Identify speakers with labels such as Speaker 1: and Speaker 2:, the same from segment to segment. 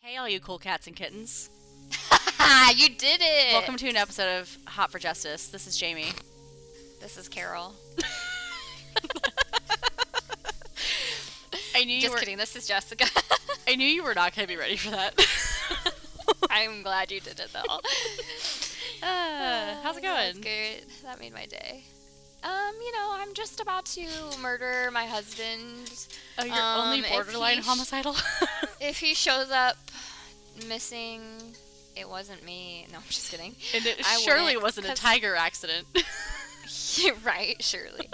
Speaker 1: Hey, all you cool cats and kittens. Ah,
Speaker 2: you did it.
Speaker 1: Welcome to an episode of Hot for Justice. This is Jamie.
Speaker 2: This is Carol.
Speaker 1: I knew you
Speaker 2: Just
Speaker 1: were,
Speaker 2: kidding. This is Jessica.
Speaker 1: I knew you were not going to be ready for that.
Speaker 2: I'm glad you did it though.
Speaker 1: Uh, how's it
Speaker 2: That was
Speaker 1: going?
Speaker 2: good. That made my day. Um, you know, I'm just about to murder my husband.
Speaker 1: Oh, you're
Speaker 2: Um,
Speaker 1: only
Speaker 2: if
Speaker 1: borderline
Speaker 2: he sh-
Speaker 1: homicidal.
Speaker 2: If he shows up missing, it wasn't me. No, I'm just kidding.
Speaker 1: and it
Speaker 2: I
Speaker 1: surely
Speaker 2: wouldn't,
Speaker 1: wasn't a
Speaker 2: 'cause-
Speaker 1: tiger accident.
Speaker 2: You're right, surely.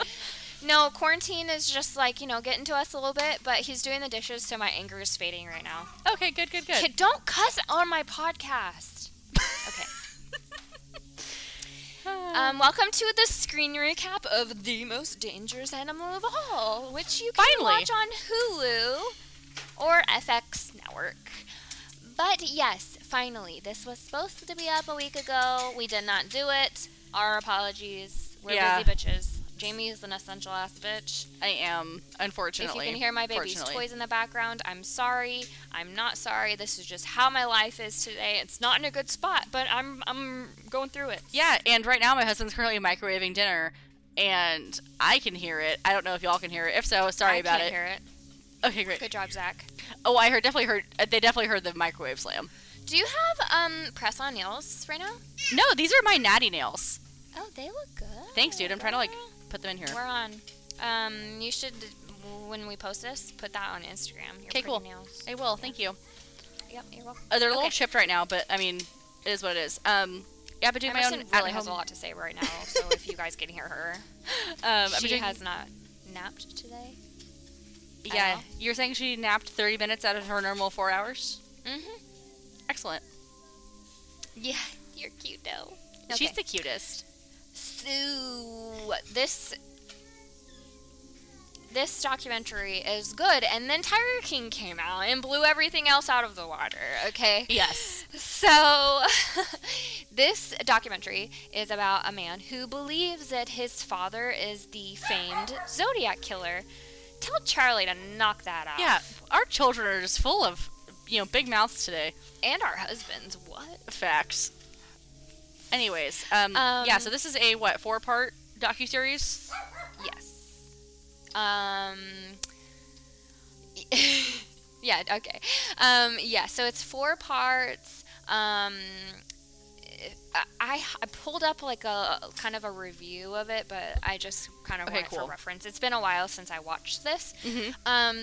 Speaker 2: no, quarantine is just like, you know, getting to us a little bit, but he's doing the dishes, so my anger is fading right now.
Speaker 1: okay, good, good, good.
Speaker 2: Kid, don't cuss on my podcast. Okay. Um, welcome to the screen recap of the most dangerous animal of all, which you can
Speaker 1: Finally.
Speaker 2: watch on Hulu or FX Network. But yes, finally, this was supposed to be up a week ago. We did not do it. Our apologies. We're
Speaker 1: Yeah.
Speaker 2: busy bitches. Jamie is an essential ass bitch.
Speaker 1: I am,
Speaker 2: If you
Speaker 1: unfortunately.
Speaker 2: can hear my baby's
Speaker 1: Fortunately.
Speaker 2: toys in the background, I'm sorry. I'm not sorry. This is just how my life is today. It's not in a good spot, but I'm I'm going through it.
Speaker 1: Yeah, and right now my husband's currently microwaving dinner, and I can hear it. I don't know if y'all can hear it. If so, sorry
Speaker 2: I
Speaker 1: about
Speaker 2: can't
Speaker 1: it.
Speaker 2: hear it.
Speaker 1: Okay, great.
Speaker 2: Good job, Zach.
Speaker 1: Oh, I heard definitely heard. uh, They definitely heard the microwave slam.
Speaker 2: Do you have um press on nails right now?
Speaker 1: No, these are my natty nails.
Speaker 2: Oh, they look good.
Speaker 1: Thanks, dude. I'm trying to like
Speaker 2: girl.
Speaker 1: put them in here.
Speaker 2: We're on. Um, you should when we post this, put that on Instagram. Your
Speaker 1: 'Kay,
Speaker 2: pretty
Speaker 1: cool.
Speaker 2: Nails.
Speaker 1: I will. Thank you.
Speaker 2: Yep, you're welcome.
Speaker 1: Uh, they're a little
Speaker 2: Okay.
Speaker 1: chipped right now, but I mean, it is what it is. Um, yeah, I've been doing
Speaker 2: Emerson
Speaker 1: my own
Speaker 2: really
Speaker 1: at
Speaker 2: has a
Speaker 1: home.
Speaker 2: lot to say right now, so if you guys can hear her,
Speaker 1: Um, I've been
Speaker 2: she
Speaker 1: doing-
Speaker 2: has not napped today. I
Speaker 1: Yeah,
Speaker 2: don't
Speaker 1: you're saying she napped 30 minutes out of her normal four hours.
Speaker 2: Mm-hmm.
Speaker 1: Excellent.
Speaker 2: Yeah, you're cute though.
Speaker 1: She's the cutest.
Speaker 2: So this this documentary is good, and then Tiger King came out and blew everything else out of the water. Okay.
Speaker 1: Yes.
Speaker 2: So this documentary is about a man who believes that his father is the famed Zodiac killer. Tell Charlie to knock that off.
Speaker 1: Yeah, our children are just full of, you know, big mouths today.
Speaker 2: And our husbands. What?
Speaker 1: Facts. Anyways, um, yeah.
Speaker 2: Um,
Speaker 1: So this is a what four-part docuseries?
Speaker 2: Yes. Um. yeah. Okay. Um. Yeah. So it's four parts. Um. I- I, I pulled up like a kind of a review of it, but I just kind of
Speaker 1: Okay,
Speaker 2: want it
Speaker 1: cool.
Speaker 2: for reference. It's been a while since I watched this.
Speaker 1: Mm-hmm.
Speaker 2: Um,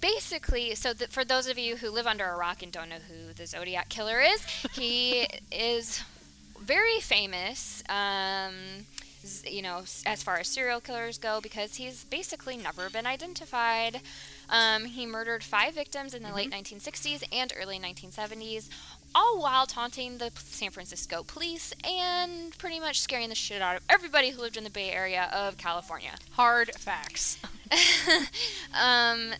Speaker 2: basically, so th- for those of you who live under a rock and don't know who the Zodiac Killer is, he is very famous. Um, z- you know, s- as far as serial killers go, because he's basically never been identified. Um, he murdered five victims in the late 1960s and early 1970s, all while taunting the p- San Francisco police and pretty much scaring the shit out of everybody who lived in the Bay Area of California.
Speaker 1: Hard facts.
Speaker 2: um,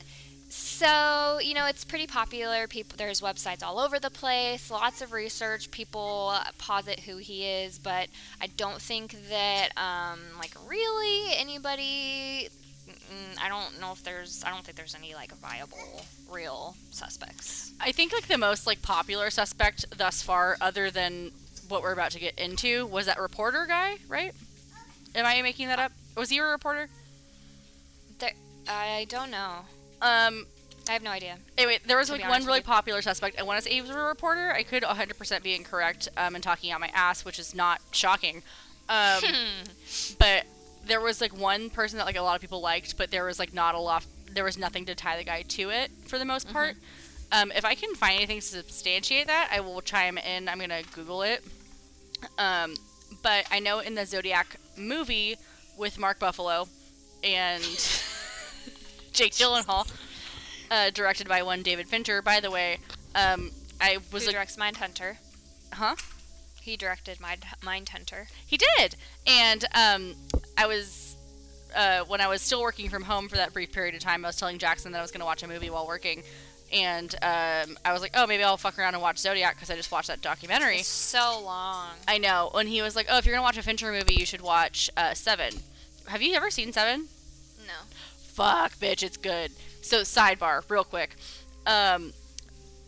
Speaker 2: so you know it's pretty popular. People, there's websites all over the place. Lots of research. People posit who he is, but I don't think that um, like really anybody. mm, I don't know if there's. I don't think there's any like viable real suspects.
Speaker 1: I think like the most like popular suspect thus far, other than what we're about to get into, was that reporter guy, right? Am I making that up? Was he a reporter?
Speaker 2: There, I don't know.
Speaker 1: Um.
Speaker 2: I have no idea.
Speaker 1: Anyway, there was
Speaker 2: To be
Speaker 1: like one
Speaker 2: honest
Speaker 1: really
Speaker 2: with
Speaker 1: popular suspect. I want to say he was a reporter. I could 100% be incorrect um, and talking out my ass, which is not shocking. Um, but there was like one person that like a lot of people liked, but there was like not a lot. There was nothing to tie the guy to it for the
Speaker 2: Mm-hmm.
Speaker 1: most part. Um, if I can find anything to substantiate that, I will chime in. I'm gonna Google it. Um, but I know in the Zodiac movie with Mark Buffalo and Jake Gyllenhaal, uh, directed by one David Fincher. By the way, um, I was
Speaker 2: Who
Speaker 1: like,
Speaker 2: directs Mindhunter?
Speaker 1: huh?
Speaker 2: He directed Mind Mindhunter.
Speaker 1: He did. And um, I was, uh, when I was still working from home for that brief period of time, I was telling Jackson that I was going to watch a movie while working. And um, I was like, oh, maybe I'll fuck around and watch Zodiac because I just watched that documentary.
Speaker 2: It's so long.
Speaker 1: I know. And he was like, oh, if you're going to watch a Fincher movie, you should watch uh, Seven. Have you ever seen Seven?
Speaker 2: No.
Speaker 1: fuck bitch it's good so sidebar real quick um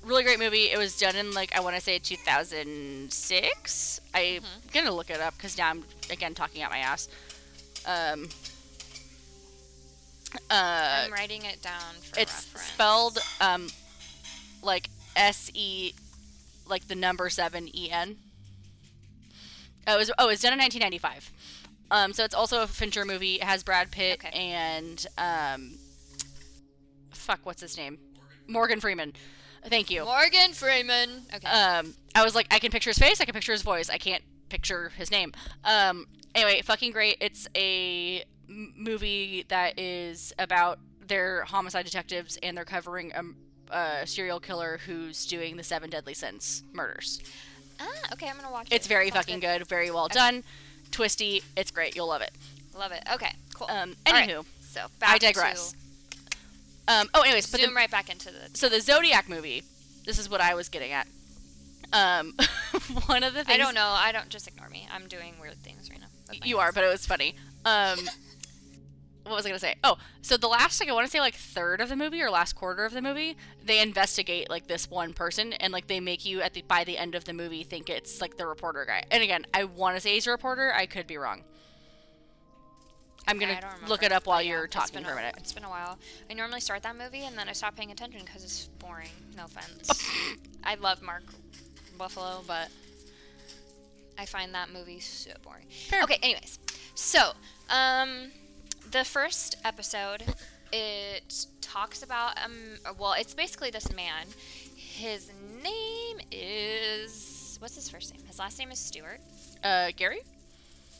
Speaker 1: really great movie. It was done in like I want to say 2006. I'm gonna look it up because now I'm again talking out my ass. Um. Uh,
Speaker 2: I'm writing it down for
Speaker 1: it's
Speaker 2: reference.
Speaker 1: spelled um, like S E, like the number seven E N. Oh, it was oh, it was done in 1995. Um, so it's also a Fincher movie. It has Brad Pitt
Speaker 2: Okay.
Speaker 1: and um, fuck, what's his name? Morgan Freeman. Thank you.
Speaker 2: Morgan Freeman. Okay.
Speaker 1: Um, I was like, I can picture his face, I can picture his voice, I can't picture his name. Um, anyway, fucking great. It's a m- movie that is about their homicide detectives and they're covering a, a serial killer who's doing the seven deadly sins murders.
Speaker 2: ah, okay. I'm gonna watch it.
Speaker 1: It's very
Speaker 2: Sounds
Speaker 1: fucking good. very well done, twisty. It's great. You'll love it.
Speaker 2: Love it. Okay. Cool.
Speaker 1: Um,
Speaker 2: All right,
Speaker 1: anywho,
Speaker 2: So back
Speaker 1: I digress.
Speaker 2: To
Speaker 1: Um, oh, anyways, but
Speaker 2: zoom
Speaker 1: the,
Speaker 2: right back into the.
Speaker 1: so the Zodiac movie. This is what I was getting at. Um, one of the things
Speaker 2: I don't know. I don't. Just ignore me. I'm doing weird things right now. with my
Speaker 1: You are,
Speaker 2: hands.
Speaker 1: but it was funny. Um, what was I gonna say? Oh, so the last like I want to say like third of the movie or last quarter of the movie, they investigate like this one person and like they make you at the by the end of the movie think it's like the reporter guy. And again, I want to say he's a reporter. I could be wrong. I'm
Speaker 2: I
Speaker 1: gonna
Speaker 2: don't remember.
Speaker 1: look it up while
Speaker 2: But yeah,
Speaker 1: you're
Speaker 2: it's
Speaker 1: talking
Speaker 2: been
Speaker 1: for a minute.
Speaker 2: It's been a while. I normally start that movie and then I stop paying attention because it's boring. No offense. I love Mark Buffalo, but I find that movie so boring.
Speaker 1: Fair.
Speaker 2: Okay. Anyways, so um, the first episode it talks about um, well, it's basically this man. His name is what's his first name? His last name is Stewart.
Speaker 1: Uh, Gary.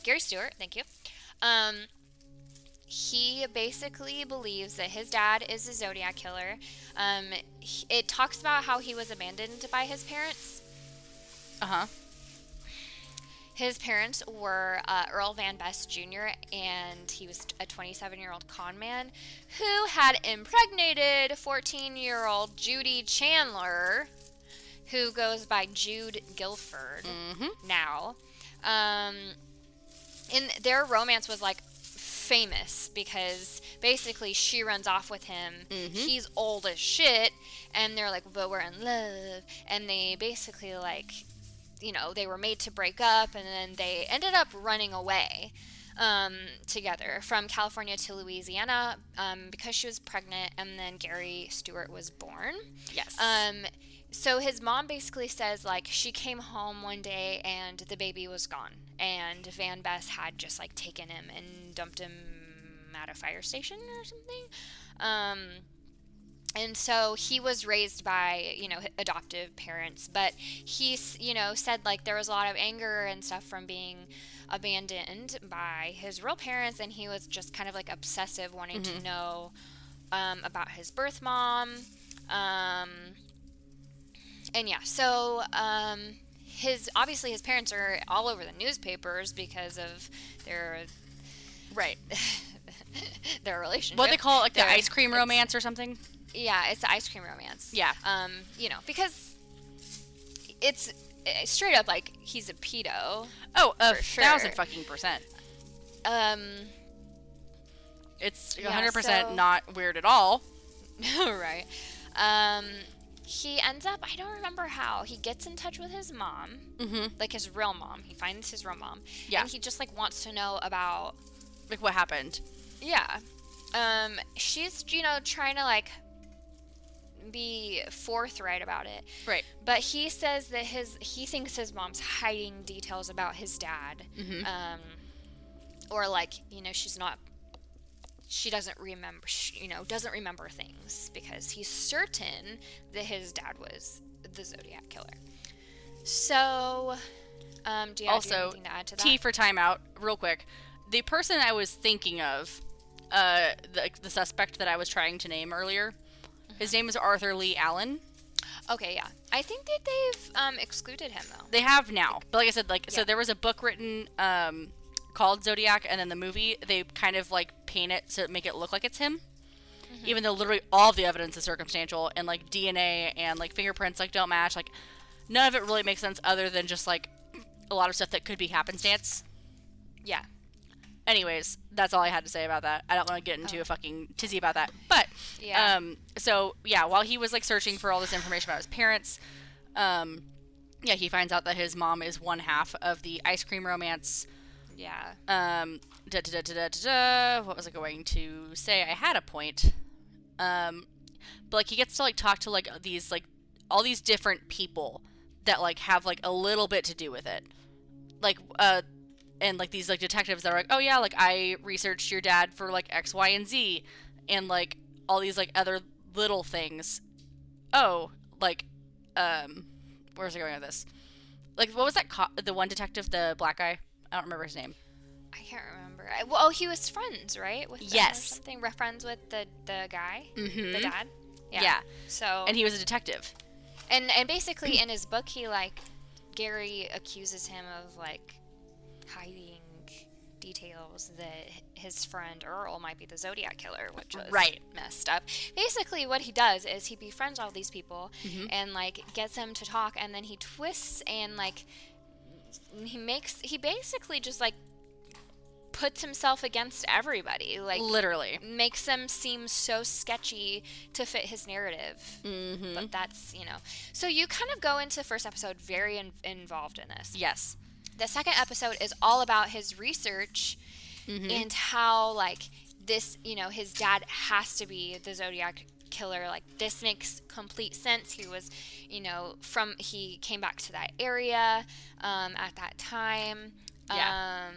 Speaker 2: Gary Stewart, thank you. Um, he basically believes that his dad is a Zodiac killer. Um, he- it talks about how he was abandoned by his parents.
Speaker 1: Uh huh.
Speaker 2: His parents were uh, Earl Van Best Jr., and he was a 27 year old con man who had impregnated 14 year old Judy Chandler, who goes by Jude Guilford
Speaker 1: Mhm.
Speaker 2: now. Um, and their romance was like famous because basically she runs off with him. He's old as shit, and they're like, but we're in love. And they basically like, you know, they were made to break up, and then they ended up running away um, together from California to Louisiana um, because she was pregnant, and then Gary Stewart was born.
Speaker 1: Yes.
Speaker 2: Um, so his mom basically says like she came home one day and the baby was gone, and Van Bess had just like taken him and dumped him at a fire station or something. Um, and so he was raised by you know h- adoptive parents, but he's you know said like there was a lot of anger and stuff from being abandoned by his real parents, and he was just kind of like obsessive, wanting to know um, about his birth mom. Um, and yeah, so um, his obviously his parents are all over the newspapers because of their
Speaker 1: right.
Speaker 2: their relationship.
Speaker 1: What they call it, like the
Speaker 2: Their-
Speaker 1: ice cream
Speaker 2: it's-
Speaker 1: romance or something.
Speaker 2: Yeah, it's the ice cream romance.
Speaker 1: Yeah.
Speaker 2: Um, you know, because it's eh, straight up like he's a pedo.
Speaker 1: Oh, a
Speaker 2: For
Speaker 1: thousand
Speaker 2: sure.
Speaker 1: fucking percent.
Speaker 2: Um,
Speaker 1: It's
Speaker 2: Yeah,
Speaker 1: 100%
Speaker 2: so-
Speaker 1: not weird at all.
Speaker 2: right. Um, he ends up, I don't remember how, he gets in touch with his mom,
Speaker 1: Mm-hmm.
Speaker 2: like his real mom. He finds his real mom.
Speaker 1: Yeah.
Speaker 2: And he just like wants to know about,
Speaker 1: Like what happened?
Speaker 2: yeah. Um, she's, you know, trying to like be forthright about it.
Speaker 1: Right.
Speaker 2: But he says that his he thinks his mom's hiding details about his dad, um, or like you know she's not she doesn't remember she, you know doesn't remember things because he's certain that his dad was the Zodiac killer. So, um, do you, do you have
Speaker 1: also
Speaker 2: anything to add to that?
Speaker 1: T for timeout, real quick. The person I was thinking of, uh, the, the suspect that I was trying to name earlier,
Speaker 2: Mm-hmm.
Speaker 1: his name is Arthur Lee Allen.
Speaker 2: okay, yeah, I think that they've um, excluded him though.
Speaker 1: They have now, but like I said, like so
Speaker 2: Yeah.
Speaker 1: there was a book written um, called Zodiac, and then the movie they kind of like paint it so make it look like it's him,
Speaker 2: Mm-hmm.
Speaker 1: even though literally all the evidence is circumstantial and like DNA and like fingerprints like don't match. Like none of it really makes sense other than just like a lot of stuff that could be happenstance.
Speaker 2: Yeah.
Speaker 1: Anyways, that's all I had to say about that. I don't want to get into
Speaker 2: Oh.
Speaker 1: a fucking tizzy about that. But
Speaker 2: Yeah.
Speaker 1: um so yeah, while he was like searching for all this information about his parents, um yeah, he finds out that his mom is one half of the ice cream romance.
Speaker 2: yeah.
Speaker 1: Um da da da da da da. da. What was I going to say? I had a point. Um but like he gets to like talk to like these like all these different people that like have like a little bit to do with it like uh and like these like detectives that are like oh yeah like i researched your dad for like x y and z and like all these like other little things oh like um where's i going with this like what was that co- the one detective the black guy i don't remember his name
Speaker 2: I can't remember. I, well, oh, he was friends, right? With them or
Speaker 1: Yes.
Speaker 2: something. We're friends with the the guy,
Speaker 1: Mhm.
Speaker 2: the dad.
Speaker 1: Yeah.
Speaker 2: So
Speaker 1: and he was a detective
Speaker 2: and and basically in his book he like Gary accuses him of like hiding details that his friend Earl might be the Zodiac killer, which was
Speaker 1: Right.
Speaker 2: messed up. Basically, what he does is he befriends all these people and like gets them to talk, and then he twists and like he makes he basically just like puts himself against everybody, like
Speaker 1: literally
Speaker 2: makes them seem so sketchy to fit his narrative
Speaker 1: mm-hmm.
Speaker 2: but that's you know so you kind of go into the first episode very in- involved in this
Speaker 1: yes
Speaker 2: the second episode is all about his research
Speaker 1: Mm-hmm.
Speaker 2: and how like this you know his dad has to be the zodiac killer like this makes complete sense he was you know from he came back to that area um, at that time
Speaker 1: Yeah.
Speaker 2: um,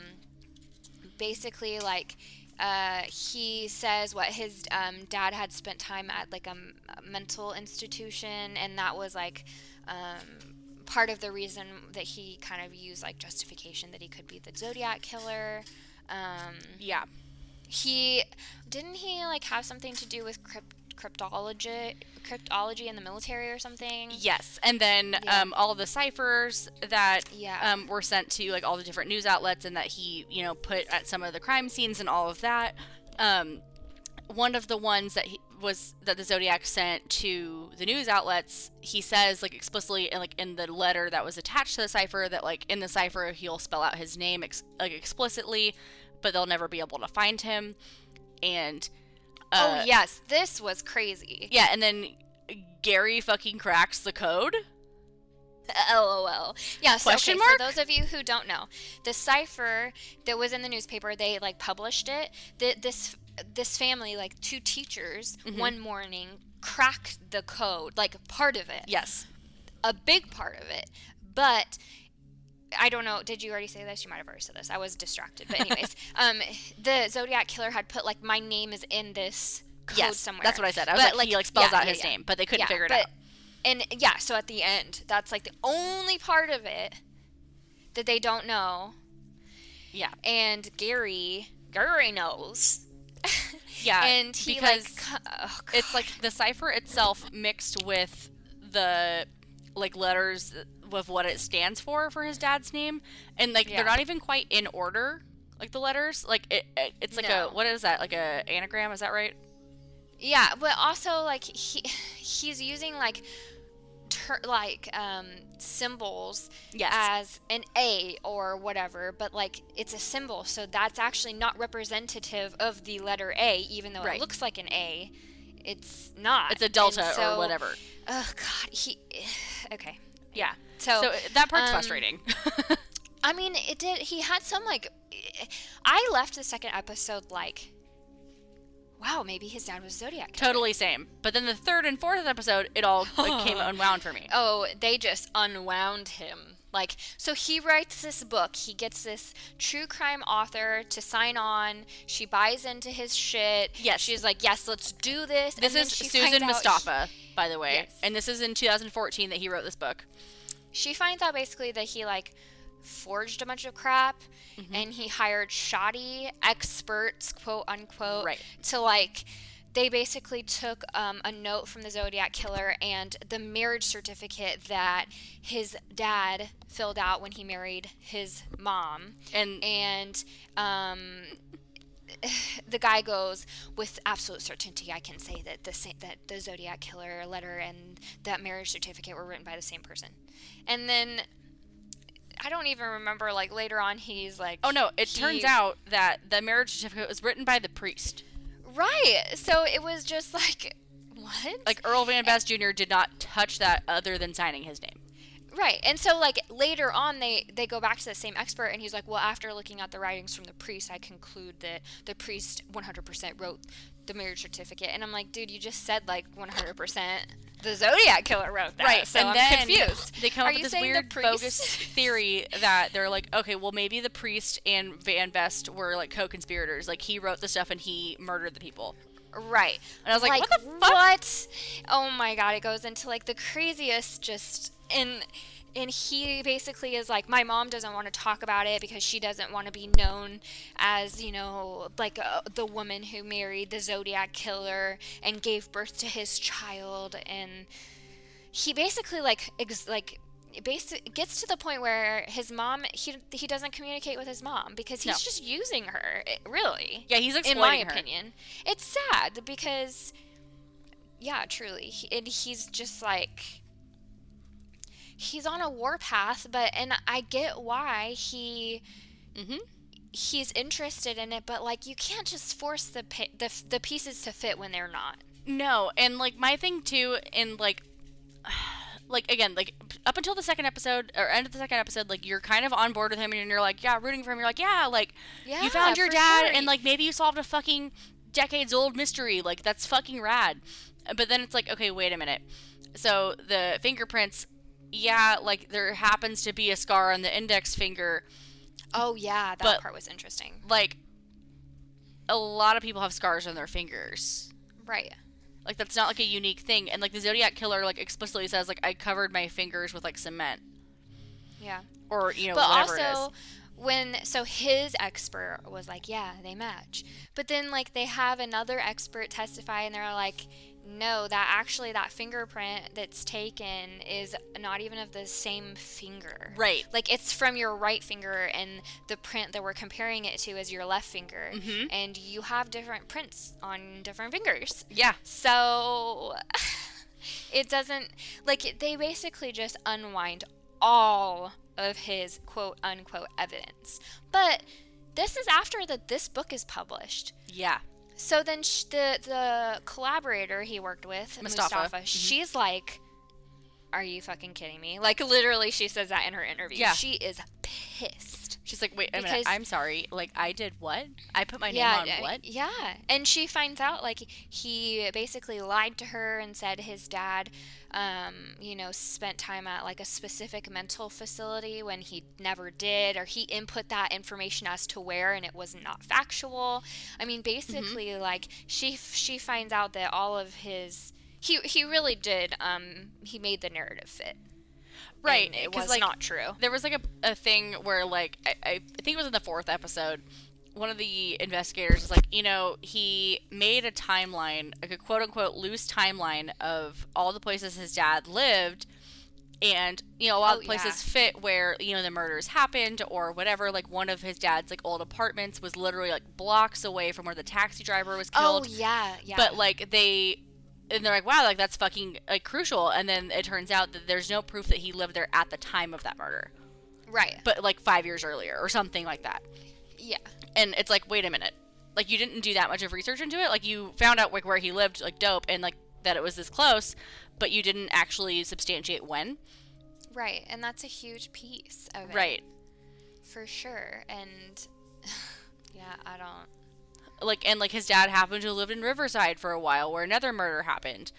Speaker 2: basically like uh, he says what his um, dad had spent time at like a, m- a mental institution and that was like um, part of the reason that he kind of used like justification that he could be the zodiac killer um,
Speaker 1: yeah
Speaker 2: he didn't he like have something to do with crypt- cryptology cryptology in the military or something
Speaker 1: Yes, and then
Speaker 2: Yeah.
Speaker 1: um, all the ciphers that
Speaker 2: Yeah.
Speaker 1: um, were sent to like all the different news outlets, and that he you know put at some of the crime scenes and all of that. Um, one of the ones that he was that the Zodiac sent to the news outlets, he says like explicitly in, like in the letter that was attached to the cipher that like in the cipher he'll spell out his name ex- like explicitly, but they'll never be able to find him. And uh,
Speaker 2: oh yes this was crazy
Speaker 1: yeah, and then Gary fucking cracks the code.
Speaker 2: LOL. Yeah, so
Speaker 1: Question
Speaker 2: okay,
Speaker 1: mark?
Speaker 2: for those of you who don't know, the cipher that was in the newspaper, they like published it. Th this this family, like two teachers,
Speaker 1: Mm-hmm.
Speaker 2: one morning cracked the code, like part of it,
Speaker 1: Yes.
Speaker 2: a big part of it. But I don't know. Did you already say this? You might have already said this. I was distracted. But anyways, um, the Zodiac killer had put like my name is in this code
Speaker 1: yes,
Speaker 2: somewhere.
Speaker 1: That's what I said. I was
Speaker 2: But,
Speaker 1: like, he like spells
Speaker 2: yeah,
Speaker 1: out
Speaker 2: yeah,
Speaker 1: his
Speaker 2: yeah.
Speaker 1: name, but they couldn't
Speaker 2: Yeah,
Speaker 1: figure it
Speaker 2: but-
Speaker 1: out.
Speaker 2: And yeah, so at the end, that's like the only part of it that they don't know.
Speaker 1: Yeah,
Speaker 2: And Gary, Gary knows.
Speaker 1: yeah.
Speaker 2: and he
Speaker 1: because
Speaker 2: like, co- oh,
Speaker 1: it's like the cipher itself mixed with the like letters with what it stands for for his dad's name, and like
Speaker 2: Yeah.
Speaker 1: they're not even quite in order. Like the letters, like it, it it's like
Speaker 2: No.
Speaker 1: a what is that? Like a anagram? Is that right?
Speaker 2: Yeah, but also like he he's using like ter- like um symbols
Speaker 1: Yes.
Speaker 2: as an A or whatever, but like it's a symbol, so that's actually not representative of the letter A even though
Speaker 1: Right.
Speaker 2: it looks like an A. It's not.
Speaker 1: It's a delta
Speaker 2: And so-
Speaker 1: or whatever.
Speaker 2: Oh god, he okay.
Speaker 1: Yeah.
Speaker 2: So,
Speaker 1: So that part's
Speaker 2: um,
Speaker 1: frustrating.
Speaker 2: I mean, it did. He had some like. I left the second episode like, wow, maybe his dad was Zodiac. killer."
Speaker 1: totally same. But then the third and fourth episode, it all like, came unwound for me.
Speaker 2: Oh, they just unwound him. Like, so he writes this book. He gets this true crime author to sign on. She buys into his shit.
Speaker 1: Yes.
Speaker 2: She's like, yes, let's do this.
Speaker 1: This
Speaker 2: and then
Speaker 1: is
Speaker 2: she
Speaker 1: Susan
Speaker 2: finds out
Speaker 1: Mustafa, by the way.
Speaker 2: Yes.
Speaker 1: And this is in 2014 that he wrote this book.
Speaker 2: she finds out basically that he like forged a bunch of crap and he hired shoddy experts quote unquote
Speaker 1: Right.
Speaker 2: to like they basically took um, a note from the zodiac killer and the marriage certificate that his dad filled out when he married his mom
Speaker 1: And
Speaker 2: and um, the guy goes with absolute certainty i can say that the sa- that the zodiac killer letter and that marriage certificate were written by the same person and then I don't even remember. Like later on, he's like,
Speaker 1: Oh no, it
Speaker 2: he-
Speaker 1: turns out that the marriage certificate was written by the priest.
Speaker 2: right. So it was just like, what?
Speaker 1: Like Earl Van Bass Jr. did not touch that other than signing his name.
Speaker 2: Right. And so like later on they they go back to the same expert and he's like, "Well, after looking at the writings from the priest, I conclude that the priest 100% wrote the marriage certificate." And I'm like, "Dude, you just said like 100% the Zodiac killer wrote that." So
Speaker 1: and
Speaker 2: I'm
Speaker 1: then
Speaker 2: confused.
Speaker 1: they come
Speaker 2: Are
Speaker 1: up
Speaker 2: you
Speaker 1: with this
Speaker 2: saying the
Speaker 1: weird
Speaker 2: priest?
Speaker 1: bogus theory that they're like, okay, well maybe the priest and Van Vest were like co-conspirators. Like he wrote the stuff and he murdered the people.
Speaker 2: Right.
Speaker 1: And I was like, what the fuck?
Speaker 2: What? Oh my god, it goes into like the craziest just and and he basically is like, my mom doesn't want to talk about it because she doesn't want to be known as, you know, like uh, the woman who married the Zodiac killer and gave birth to his child. And he basically like ex- like basi- gets to the point where his mom he he doesn't communicate with his mom because
Speaker 1: No.
Speaker 2: he's just using her, eh, really
Speaker 1: Yeah, he's
Speaker 2: in
Speaker 1: exploiting
Speaker 2: my
Speaker 1: her.
Speaker 2: opinion. It's sad because, yeah, truly, he, and he's just like he's on a warpath. But and I get why he
Speaker 1: Mhm.
Speaker 2: he's interested in it, but like you can't just force the pi- the f- the pieces to fit when they're not.
Speaker 1: No, and like my thing too, and like, like again, like up until the second episode or end of the second episode, like you're kind of on board with him, and you're like, yeah, rooting for him. You're like, yeah, like
Speaker 2: Yeah,
Speaker 1: you found your
Speaker 2: for
Speaker 1: dad,
Speaker 2: sure.
Speaker 1: and like maybe you solved a fucking decades old mystery. Like that's fucking rad. But then it's like, okay, wait a minute. So the fingerprints, yeah, like there happens to be a scar on the index finger.
Speaker 2: Oh yeah, that
Speaker 1: But-
Speaker 2: part was interesting.
Speaker 1: Like a lot of people have scars on their fingers.
Speaker 2: Right.
Speaker 1: Like that's not like a unique thing. And like the Zodiac killer like explicitly says like I covered my fingers with like cement
Speaker 2: Yeah.
Speaker 1: or you know
Speaker 2: but
Speaker 1: whatever
Speaker 2: also
Speaker 1: it is.
Speaker 2: when so his expert was like yeah they match but then like they have another expert testify and they're like no that actually that fingerprint that's taken is not even of the same finger
Speaker 1: Right.
Speaker 2: like it's from your right finger and the print that we're comparing it to is your left finger
Speaker 1: Mhm.
Speaker 2: and you have different prints on different fingers
Speaker 1: Yeah.
Speaker 2: so it doesn't like they basically just unwind all of his quote unquote evidence. But this is after that this book is published.
Speaker 1: Yeah.
Speaker 2: So then sh- the the collaborator he worked with,
Speaker 1: Mustafa.
Speaker 2: Mustafa,
Speaker 1: Mhm.
Speaker 2: she's like are you fucking kidding me? Like literally she says that in her interview.
Speaker 1: Yeah.
Speaker 2: She is pissed.
Speaker 1: She's like, wait a minute.
Speaker 2: Because-
Speaker 1: I'm sorry. Like I did what? I put my name on
Speaker 2: I-
Speaker 1: what?
Speaker 2: Yeah. And she finds out like he basically lied to her and said his dad um, you know, spent time at like a specific mental facility when he never did or he input that information as to where and it was not factual. I
Speaker 1: Mm-hmm.
Speaker 2: mean, basically like she f- she finds out that all of his he, he really did um he made the narrative fit
Speaker 1: Right,
Speaker 2: and it
Speaker 1: 'cause,
Speaker 2: was
Speaker 1: like,
Speaker 2: not true
Speaker 1: There was like a, a thing where like I, I I think it was in the fourth episode. One of the investigators was like, you know, he made a timeline, like a quote unquote loose timeline of all the places his dad lived, and you know a lot
Speaker 2: Oh,
Speaker 1: of places fit where you know the murders happened or whatever. Like one of his dad's like old apartments was literally like blocks away from where the taxi driver was
Speaker 2: oh
Speaker 1: killed.
Speaker 2: yeah yeah
Speaker 1: But like they and they're like, wow, like that's fucking like crucial. And then it turns out that there's no proof that he lived there at the time of that murder,
Speaker 2: right
Speaker 1: but like five years earlier or something like that.
Speaker 2: yeah
Speaker 1: And it's like, wait a minute, like you didn't do that much of research into it. Like you found out like where he lived, like dope, and like that it was this close, but you didn't actually substantiate when.
Speaker 2: right and that's a huge piece of it
Speaker 1: Right.
Speaker 2: For sure. And yeah, I don't.
Speaker 1: Like and like his dad happened to live in Riverside for a while, where another murder happened.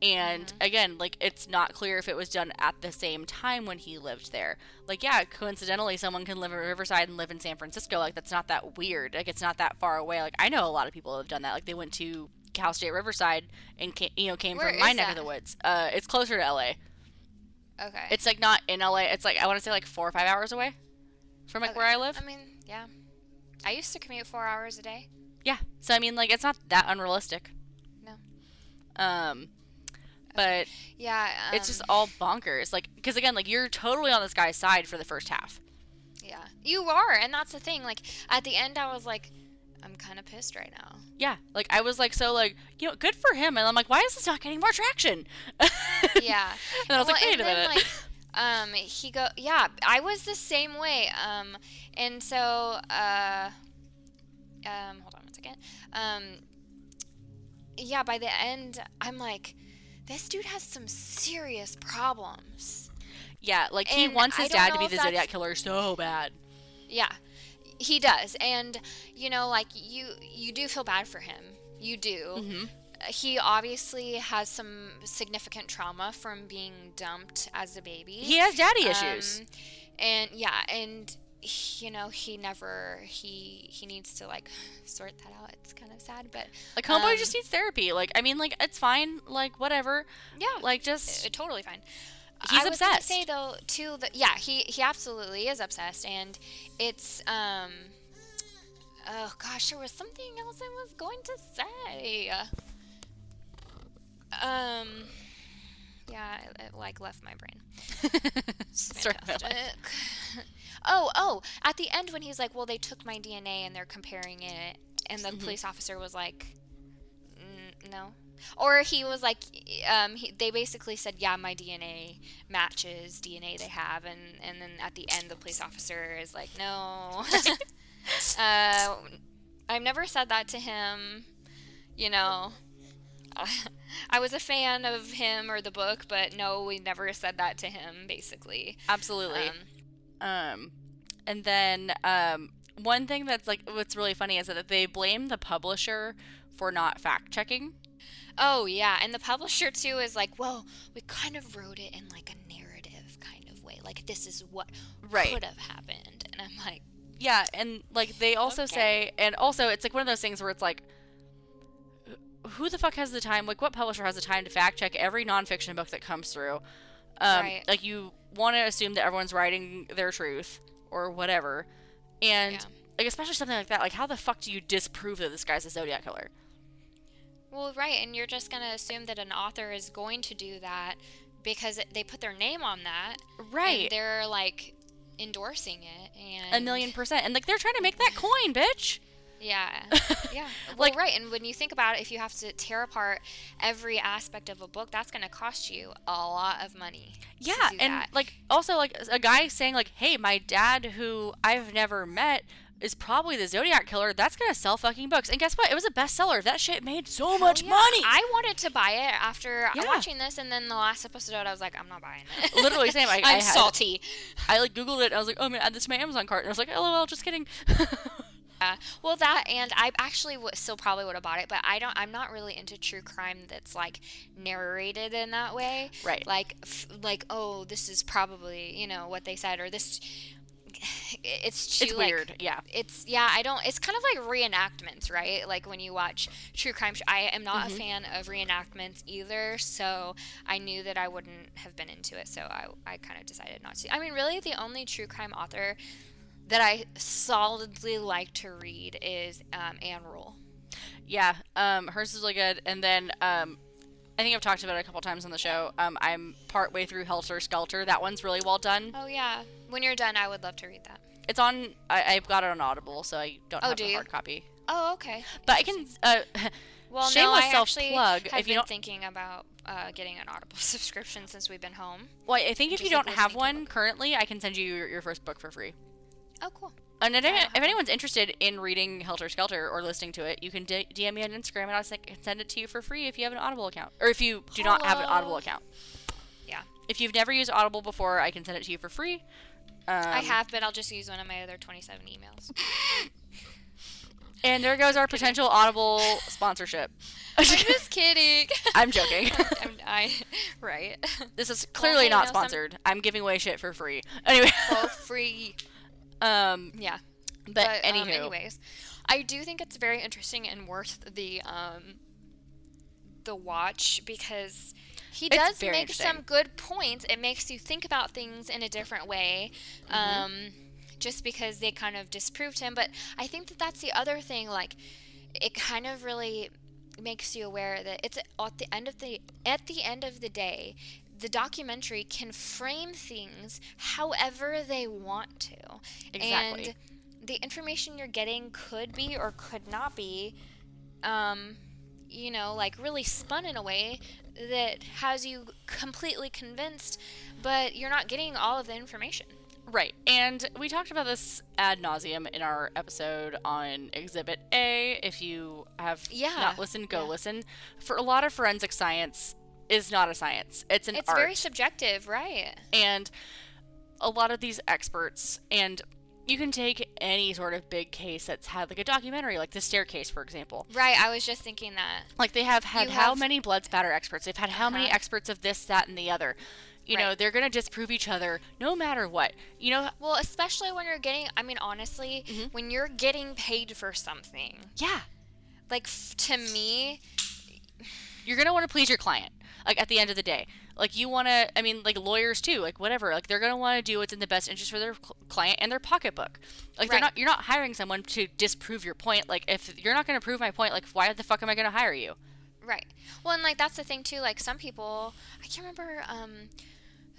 Speaker 1: And again, like it's not clear if it was done at the same time when he lived there. Like, yeah, coincidentally, someone can live in Riverside and live in San Francisco. Like, that's not that weird. Like, it's not that far away. Like, I know a lot of people have done that. Like, they went to Cal State Riverside and ca- you know came
Speaker 2: Where
Speaker 1: from my
Speaker 2: is
Speaker 1: neck of
Speaker 2: that?
Speaker 1: the woods. Uh, it's closer to LA.
Speaker 2: Okay.
Speaker 1: It's like not in LA. It's like I want to say like four or five hours away from like
Speaker 2: okay.
Speaker 1: where I live.
Speaker 2: I mean, yeah. I used to commute four hours a day.
Speaker 1: yeah. So I mean, like, it's not that unrealistic.
Speaker 2: No.
Speaker 1: Um, but
Speaker 2: Yeah. Um,
Speaker 1: it's just all bonkers like because again like you're totally on this guy's side for the first half
Speaker 2: Yeah. You are. And that's the thing. Like, at the end, I was like, I'm kind of pissed right now.
Speaker 1: yeah like i was like so like you know good for him and i'm like why is this not getting more traction
Speaker 2: Yeah.
Speaker 1: and i was
Speaker 2: Well,
Speaker 1: like wait a
Speaker 2: and then,
Speaker 1: minute
Speaker 2: like, Um, he go, yeah, I was the same way. Um, and so, uh, um, hold on one second. Um, yeah, by the end, I'm like, this dude has some serious problems.
Speaker 1: Yeah, like he
Speaker 2: And
Speaker 1: wants
Speaker 2: I
Speaker 1: his
Speaker 2: don't
Speaker 1: dad to
Speaker 2: know
Speaker 1: be
Speaker 2: if
Speaker 1: the
Speaker 2: that's-
Speaker 1: Zodiac killer so bad.
Speaker 2: Yeah, he does, and you know, like you, you do feel bad for him. You do.
Speaker 1: Mm-hmm.
Speaker 2: Uh, He obviously has some significant trauma from being dumped as a baby.
Speaker 1: He has daddy issues.
Speaker 2: Um, and yeah, and he- you know, he never he he needs to like sort that out. It's kind of sad, but
Speaker 1: Like homeboy
Speaker 2: um,
Speaker 1: just needs therapy. Like I mean, like it's fine. Like whatever.
Speaker 2: yeah,
Speaker 1: Like
Speaker 2: it-
Speaker 1: just
Speaker 2: Oh, it totally fine.
Speaker 1: He's
Speaker 2: I was gonna
Speaker 1: obsessed.
Speaker 2: say though, too, that yeah, he he absolutely is obsessed, and it's um, oh gosh, there was something else I was going to say. Um, yeah, it, it like left my brain.
Speaker 1: Sorry about that.
Speaker 2: Fantastic. oh, oh, at the end when he's like, well, they took my DNA and they're comparing it, and the police officer was like, "N- no. Or he was like, um, he, they basically said, yeah, my DNA matches DNA they have, and, and then at the end the police officer is like, no. uh, I've never said that to him, you know. I was a fan of him or the book, but no, we never said that to him, basically.
Speaker 1: absolutely.
Speaker 2: Um,
Speaker 1: Um, and then um, one thing that's like what's really funny is that they blame the publisher for not fact checking.
Speaker 2: oh yeah, and the publisher too is like, well, we kind of wrote it in like a narrative kind of way, like this is what
Speaker 1: Right.
Speaker 2: could have happened, and I'm like,
Speaker 1: Yeah, and like they also
Speaker 2: Okay.
Speaker 1: say, and also it's like one of those things where it's like, wh- who the fuck has the time? Like, what publisher has the time to fact check every nonfiction book that comes through? Um,
Speaker 2: Right.
Speaker 1: Like, you want to assume that everyone's writing their truth or whatever, and
Speaker 2: Yeah.
Speaker 1: like especially something like that. Like, how the fuck do you disprove that this guy's a Zodiac killer?
Speaker 2: well, right, and you're just gonna assume that an author is going to do that because it- they put their name on that, And they're like endorsing it, and
Speaker 1: a million percent. And like they're trying to make that coin, bitch.
Speaker 2: Yeah. Yeah. Well,
Speaker 1: Like-
Speaker 2: right. And when you think about it, if you have to tear apart every aspect of a book, that's going to cost you a lot of money. to
Speaker 1: Yeah,
Speaker 2: do
Speaker 1: and
Speaker 2: that.
Speaker 1: like also like a guy saying like, "Hey, my dad, who I've never met, is probably the Zodiac killer." That's gonna sell fucking books. And guess what? It was a bestseller. That shit made so
Speaker 2: Hell
Speaker 1: much
Speaker 2: Oh, yeah.
Speaker 1: money.
Speaker 2: I wanted to buy it after
Speaker 1: Yeah.
Speaker 2: watching this, and then the last episode, I was like, I'm not buying it.
Speaker 1: Literally same. I-
Speaker 2: am
Speaker 1: I had-
Speaker 2: salty.
Speaker 1: I like Googled it. And I was like, "Oh, I'm gonna add this to my Amazon cart," and I was like, "LOL, just kidding."
Speaker 2: Yeah. Well, that and I actually w- still probably would have bought it, but I don't. I'm not really into true crime that's like narrated in that way.
Speaker 1: Right.
Speaker 2: Like, f- like oh, this is probably you know what they said, or this. It's too
Speaker 1: it's
Speaker 2: like,
Speaker 1: weird. Yeah.
Speaker 2: it's yeah i don't it's kind of like reenactments right like when you watch true crime sh- i am not a fan of reenactments either so i knew that i wouldn't have been into it so i, I kind of decided not to i mean really the only true crime author that i solidly like to read is um, anne rule
Speaker 1: Yeah, um, hers is really good. And then um, I think I've talked about it a couple times on the show. Um, I'm partway through Helter Skelter. That one's really well done.
Speaker 2: oh yeah when you're done i would love to read that
Speaker 1: It's on. I, I've got it on Audible, so I don't
Speaker 2: Oh,
Speaker 1: have
Speaker 2: do
Speaker 1: a
Speaker 2: you?
Speaker 1: hard copy.
Speaker 2: oh okay
Speaker 1: But I can. Uh,
Speaker 2: well
Speaker 1: shameless
Speaker 2: no i
Speaker 1: self
Speaker 2: actually
Speaker 1: plug.
Speaker 2: have
Speaker 1: If
Speaker 2: been
Speaker 1: you don't,
Speaker 2: thinking about uh, getting an audible subscription since we've been home
Speaker 1: well, I think if
Speaker 2: just
Speaker 1: you
Speaker 2: like
Speaker 1: don't
Speaker 2: listening
Speaker 1: have
Speaker 2: to a
Speaker 1: one
Speaker 2: book.
Speaker 1: currently, I can send you your, your first book for free.
Speaker 2: oh cool
Speaker 1: And if,
Speaker 2: I don't
Speaker 1: any-
Speaker 2: have
Speaker 1: if anyone's interested in reading Helter Skelter or listening to it, you can d- DM me on Instagram, and I'll s- send it to you for free if you have an Audible account, or if you do not have an Audible
Speaker 2: Hello.
Speaker 1: account.
Speaker 2: yeah
Speaker 1: If you've never used Audible before, I can send it to you for free. Um,
Speaker 2: I have, but I'll just use one of my other 27 emails.
Speaker 1: And there goes our potential Audible sponsorship.
Speaker 2: I'm just kidding.
Speaker 1: I'm joking.
Speaker 2: I'm, I, right.
Speaker 1: This is clearly
Speaker 2: hey,
Speaker 1: not
Speaker 2: no, some-
Speaker 1: sponsored. I'm giving away shit for free. Anyway,
Speaker 2: For free.
Speaker 1: um,
Speaker 2: Yeah.
Speaker 1: but,
Speaker 2: But, um,
Speaker 1: anywho,
Speaker 2: anyways, I do think it's very interesting and worth the um the watch because he
Speaker 1: It's
Speaker 2: does
Speaker 1: very
Speaker 2: make some
Speaker 1: interesting.
Speaker 2: good points. It makes you think about things in a different way.
Speaker 1: Mm-hmm.
Speaker 2: Um, just because they kind of disproved him, but I think that that's the other thing. Like, it kind of really makes you aware that it's at the end of the at the end of the day, the documentary can frame things however they want to.
Speaker 1: Exactly.
Speaker 2: And the information you're getting could be or could not be, um, you know, like really spun in a way that has you completely convinced, but you're not getting all of the information.
Speaker 1: Right. And we talked about this ad nauseum in our episode on Exhibit A. If you have
Speaker 2: Yeah.
Speaker 1: not listened, go
Speaker 2: Yeah.
Speaker 1: listen. For a lot of forensic science is not a science. It's an
Speaker 2: It's
Speaker 1: art.
Speaker 2: very subjective, right?
Speaker 1: and a lot of these experts and you can take any sort of big case that's had like a documentary, like the staircase, for example.
Speaker 2: Right, I was just thinking that.
Speaker 1: Like they have had
Speaker 2: You
Speaker 1: how
Speaker 2: have-
Speaker 1: many blood spatter experts? They've had how many
Speaker 2: Uh-huh.
Speaker 1: experts of this, that, and the other. You know,
Speaker 2: Right.
Speaker 1: they're gonna disprove each other no matter what. You know,
Speaker 2: Well, especially when you're getting, I mean, honestly, when you're getting paid for something,
Speaker 1: yeah,
Speaker 2: like f- to me,
Speaker 1: you're gonna want to please your client. Like at the end of the day, like you want to. I mean, like lawyers too. Like whatever. Like they're gonna want to do what's in the best interest for their cl- client and their pocketbook. Like they're
Speaker 2: Right.
Speaker 1: not. You're not hiring someone to disprove your point. Like if you're not gonna prove my point, like why the fuck am I gonna hire you?
Speaker 2: right. Well, and like that's the thing too, like some people, I can't remember um,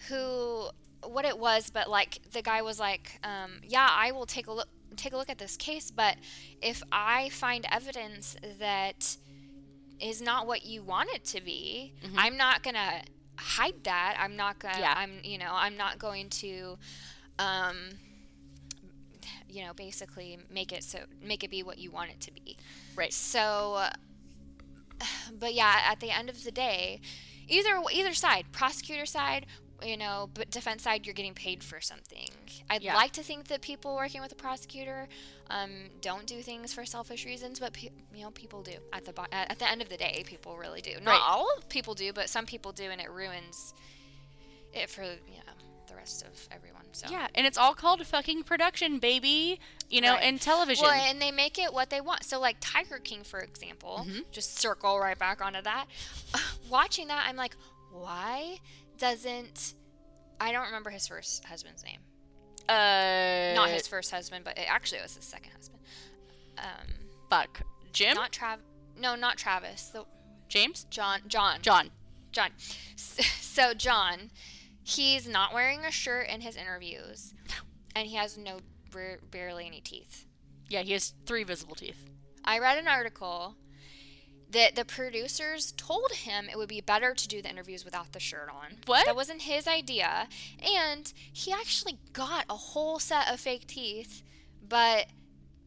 Speaker 2: who, what it was, but like the guy was like, um, yeah, I will take a look. Take a look at this case, but if I find evidence that is not what you want it to be, I'm not gonna hide that. I'm not gonna.
Speaker 1: Yeah.
Speaker 2: I'm you know I'm not going to, um, you know, basically make it so make it be what you want it to be.
Speaker 1: Right.
Speaker 2: So, but yeah, at the end of the day, either either side, prosecutor side, you know, but defense side, you're getting paid for something. I'd
Speaker 1: Yeah.
Speaker 2: like to think that people working with a prosecutor um, don't do things for selfish reasons, but pe- you know, people do. At the bo- at at the end of the day, people really do. Not
Speaker 1: Right.
Speaker 2: all people do, but some people do, and it ruins it for you know the rest of everyone. So
Speaker 1: Yeah, and it's all called fucking production, baby. You know,
Speaker 2: Right.
Speaker 1: and television.
Speaker 2: Well, and they make it what they want. So, like Tiger King, for example, just circle right back onto that. Watching that, I'm like, why doesn't I don't remember his first husband's name?
Speaker 1: uh,
Speaker 2: Not his first husband, but it actually it was his second husband. Um,
Speaker 1: fuck. Jim,
Speaker 2: not Trav. No, not Travis. The
Speaker 1: James,
Speaker 2: John. John.
Speaker 1: John.
Speaker 2: John. S- So John, he's not wearing a shirt in his interviews, and he has no bar- barely any teeth.
Speaker 1: Yeah, he has three visible teeth.
Speaker 2: I read an article that the producers told him it would be better to do the interviews without the shirt on.
Speaker 1: What?
Speaker 2: That wasn't his idea. And he actually got a whole set of fake teeth, but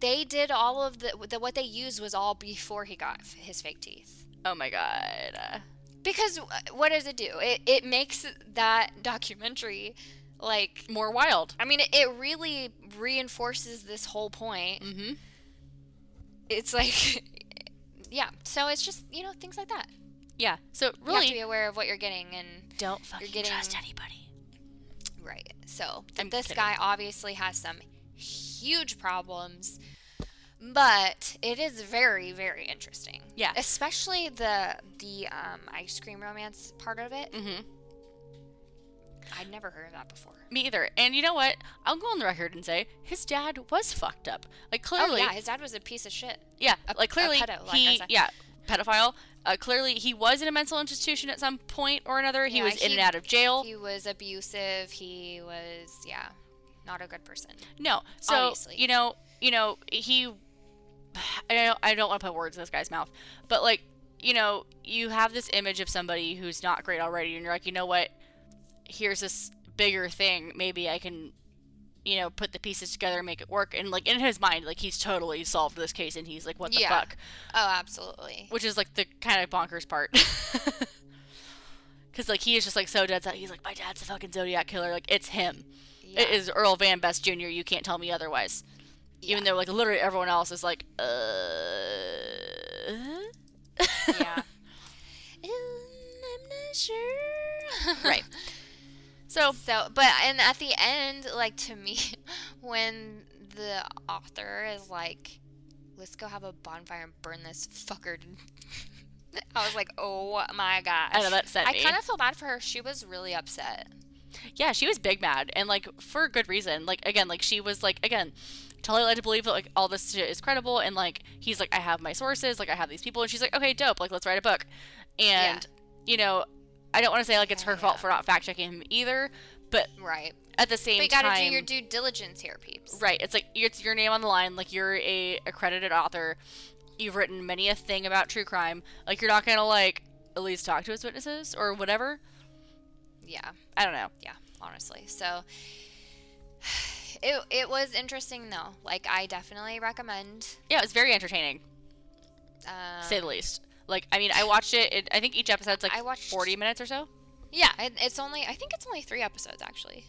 Speaker 2: they did all of the, the what they used was all before he got f- his fake teeth.
Speaker 1: Oh my god. Uh,
Speaker 2: Because wh- what does it do? It, it makes that documentary like
Speaker 1: more wild.
Speaker 2: I mean, it, it really reinforces this whole point.
Speaker 1: Mhm.
Speaker 2: It's like, yeah. So it's just you know things like that.
Speaker 1: Yeah. So
Speaker 2: You have to
Speaker 1: really,
Speaker 2: be aware of what you're getting and
Speaker 1: don't fucking
Speaker 2: getting-
Speaker 1: trust anybody.
Speaker 2: right. So
Speaker 1: I'm
Speaker 2: this
Speaker 1: kidding.
Speaker 2: guy obviously has some huge problems, but it is very very interesting.
Speaker 1: Yeah.
Speaker 2: Especially the the um, ice cream romance part of it.
Speaker 1: Mhm. Mm.
Speaker 2: I'd never heard of that before.
Speaker 1: Me either. And you know what? I'll go on the record and say his dad was fucked up. Like
Speaker 2: Oh
Speaker 1: clearly,
Speaker 2: yeah, his dad was a piece of shit.
Speaker 1: yeah,
Speaker 2: a-
Speaker 1: like
Speaker 2: a
Speaker 1: clearly
Speaker 2: pedo, like I
Speaker 1: he
Speaker 2: said.
Speaker 1: yeah pedophile. Uh, clearly he was in a mental institution at some point or another. He
Speaker 2: Yeah,
Speaker 1: was in
Speaker 2: he-
Speaker 1: and out of jail.
Speaker 2: He was abusive. He was, yeah, not a good person.
Speaker 1: No. So
Speaker 2: Obviously.
Speaker 1: you know, you know, he. I don't, I don't want to put words in this guy's mouth, but like, you know, you have this image of somebody who's not great already, and you're like, you know what? Here's this bigger thing. Maybe I can, you know, put the pieces together and make it work. And like in his mind, like he's totally solved this case, and he's like, what the
Speaker 2: Yeah.
Speaker 1: fuck?
Speaker 2: Oh, absolutely.
Speaker 1: Which is like the kind of bonkers part. Cause like he is just like so dead set. He's like, my dad's a fucking Zodiac killer. Like it's him.
Speaker 2: Yeah.
Speaker 1: It is Earl Van Best Jr. You can't tell me otherwise. Even though like literally everyone else is like, uh,
Speaker 2: yeah. Um, I'm not sure.
Speaker 1: right. So
Speaker 2: So, but and at the end, like to me, when the author is like, "Let's go have a bonfire and burn this fucker," to-" I was like, "Oh my gosh!"
Speaker 1: I know that sent
Speaker 2: I
Speaker 1: me.
Speaker 2: kind of feel bad for her. She was really upset.
Speaker 1: yeah, she was big mad and like for good reason. Like again, like she was like again, totally led to believe that like all this shit is credible and like he's like I have my sources, like I have these people, and she's like okay, dope, like let's write a book, and you know, I don't want to say like it's her
Speaker 2: Yeah,
Speaker 1: fault
Speaker 2: yeah.
Speaker 1: for not fact checking him either, but
Speaker 2: Right.
Speaker 1: at the same
Speaker 2: But you gotta
Speaker 1: time,
Speaker 2: do your due diligence here, peeps.
Speaker 1: Right. It's like it's your name on the line. Like you're a accredited author. You've written many a thing about true crime. Like you're not gonna like at least talk to his witnesses or whatever.
Speaker 2: Yeah.
Speaker 1: I don't know.
Speaker 2: yeah, honestly. So it it was interesting though. Like I definitely recommend.
Speaker 1: Yeah, it was very entertaining,
Speaker 2: Um,
Speaker 1: say the least. Like, I mean, I watched it. it I think each episode's like
Speaker 2: I watched-
Speaker 1: 40 minutes or so.
Speaker 2: yeah, it, it's only I think it's only three episodes actually.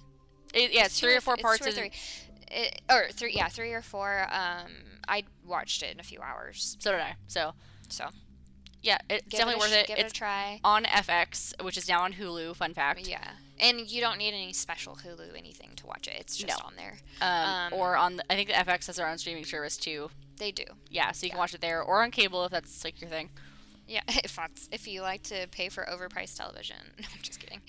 Speaker 1: It, yeah, it's
Speaker 2: two
Speaker 1: three or four
Speaker 2: it's
Speaker 1: parts.
Speaker 2: two or
Speaker 1: and-
Speaker 2: three. It, or three, yeah, three or four. Um, I watched it in a few hours,
Speaker 1: So did I. So
Speaker 2: so
Speaker 1: yeah, it's
Speaker 2: give
Speaker 1: definitely
Speaker 2: it a, sh-
Speaker 1: worth it.
Speaker 2: Give
Speaker 1: It's
Speaker 2: it a try.
Speaker 1: on FX, which is now on Hulu. Fun fact.
Speaker 2: Yeah, and you don't need any special Hulu anything to watch it. It's just
Speaker 1: No.
Speaker 2: on there.
Speaker 1: Um,
Speaker 2: Um,
Speaker 1: or on the, I think the FX has their own streaming service too.
Speaker 2: They do.
Speaker 1: Yeah, so you can
Speaker 2: Yeah.
Speaker 1: watch it there or on cable if that's like your thing.
Speaker 2: Yeah, if that's if you like to pay for overpriced television. No, I'm just kidding.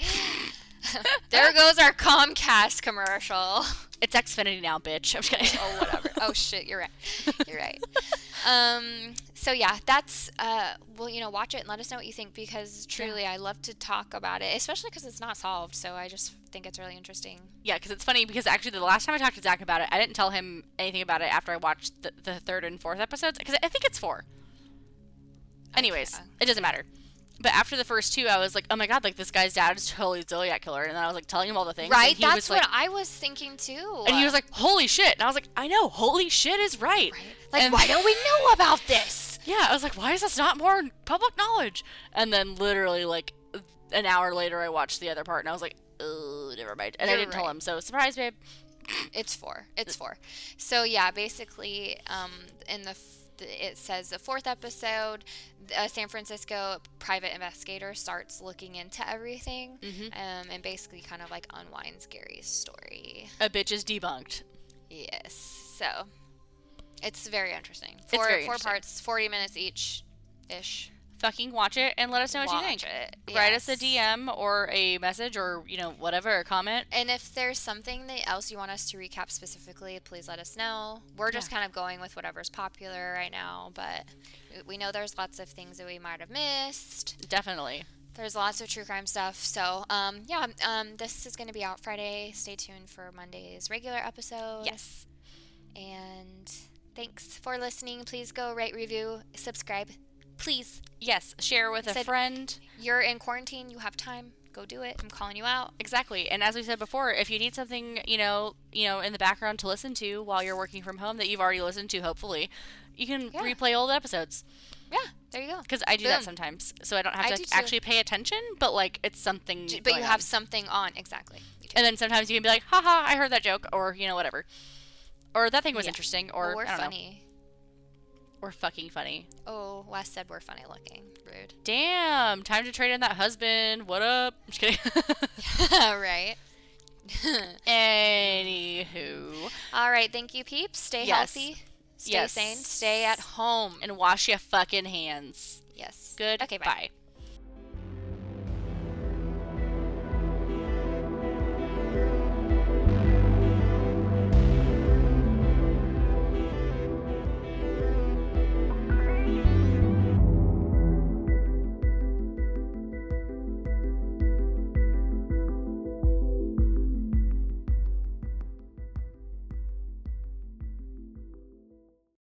Speaker 2: there goes our Comcast commercial.
Speaker 1: It's Xfinity now, bitch. I'm just kidding.
Speaker 2: oh whatever. Oh shit, you're right. You're right. Um so yeah, that's uh well, you know, watch it and let us know what you think because truly I love to talk about it, especially cuz it's not solved. So I just think it's really interesting.
Speaker 1: Yeah, because it's funny because actually the last time I talked to Zach about it, I didn't tell him anything about it after I watched the, the third and fourth episodes because I think it's four. Anyways,
Speaker 2: Okay.
Speaker 1: it doesn't matter. But after the first two, I was like, oh my god, like this guy's dad is totally a Zodiac killer, and then I was like telling him all the things.
Speaker 2: right?
Speaker 1: and he
Speaker 2: That's
Speaker 1: was, like,
Speaker 2: what I was thinking too.
Speaker 1: and he was like, holy shit, and I was like, I know, holy shit is right.
Speaker 2: right? Like
Speaker 1: and-
Speaker 2: why don't we know about this?
Speaker 1: Yeah, I was like, why is this not more public knowledge? And then literally like an hour later, I watched the other part, and I was like, oh, never mind. And I
Speaker 2: You're
Speaker 1: didn't tell
Speaker 2: right.
Speaker 1: him, so surprise, babe.
Speaker 2: It's four. It's four. So yeah, basically, um, in the f- it says the fourth episode, a San Francisco private investigator starts looking into everything,
Speaker 1: Mm-hmm.
Speaker 2: um, and basically kind of like unwinds Gary's story.
Speaker 1: A bitch is debunked.
Speaker 2: Yes. So it's very interesting. Four,
Speaker 1: very
Speaker 2: four
Speaker 1: interesting.
Speaker 2: parts, forty minutes each, ish.
Speaker 1: fucking watch it and let us know what you think.
Speaker 2: Watch it.
Speaker 1: Write us a
Speaker 2: Yes.
Speaker 1: DM or a message or you know whatever a comment.
Speaker 2: And if there's something that else you want us to recap specifically, please let us know. We're just kind of going with whatever's popular right now, but we know there's lots of things that we might have missed.
Speaker 1: Definitely.
Speaker 2: There's lots of true crime stuff. So, um, yeah, um, this is going to be out Friday. Stay tuned for Monday's regular episode.
Speaker 1: Yes.
Speaker 2: And thanks for listening. Please go rate, review, subscribe. Please.
Speaker 1: Yes. Share with a
Speaker 2: Said-
Speaker 1: friend.
Speaker 2: You're in quarantine, you have time. Go do it. I'm calling you out.
Speaker 1: Exactly. And as we said before, if you need something, you know, you know, in the background to listen to while you're working from home that you've already listened to, hopefully, you can
Speaker 2: Yeah.
Speaker 1: replay old episodes.
Speaker 2: Yeah, there you go.
Speaker 1: Because I do that
Speaker 2: Boom.
Speaker 1: sometimes, so I don't have
Speaker 2: I
Speaker 1: to
Speaker 2: do too.
Speaker 1: actually pay attention, but like it's something.
Speaker 2: J- But
Speaker 1: going
Speaker 2: you
Speaker 1: on.
Speaker 2: have something on. Exactly. You do.
Speaker 1: And then sometimes you can be like, haha, I heard that joke, or you know, whatever. Or that thing was
Speaker 2: Yeah.
Speaker 1: interesting, or
Speaker 2: we're
Speaker 1: I don't know.
Speaker 2: funny.
Speaker 1: or fucking funny.
Speaker 2: Oh, Wes said we're funny looking. Rude.
Speaker 1: Damn, time to trade in that husband. What up? I'm just kidding.
Speaker 2: right.
Speaker 1: Anywho,
Speaker 2: All right. Thank you, peeps. Stay
Speaker 1: Yes.
Speaker 2: healthy. Stay
Speaker 1: Yes.
Speaker 2: sane. Stay at home.
Speaker 1: and wash your fucking hands.
Speaker 2: Yes.
Speaker 1: Good.
Speaker 2: Okay. Bye.
Speaker 1: Bye.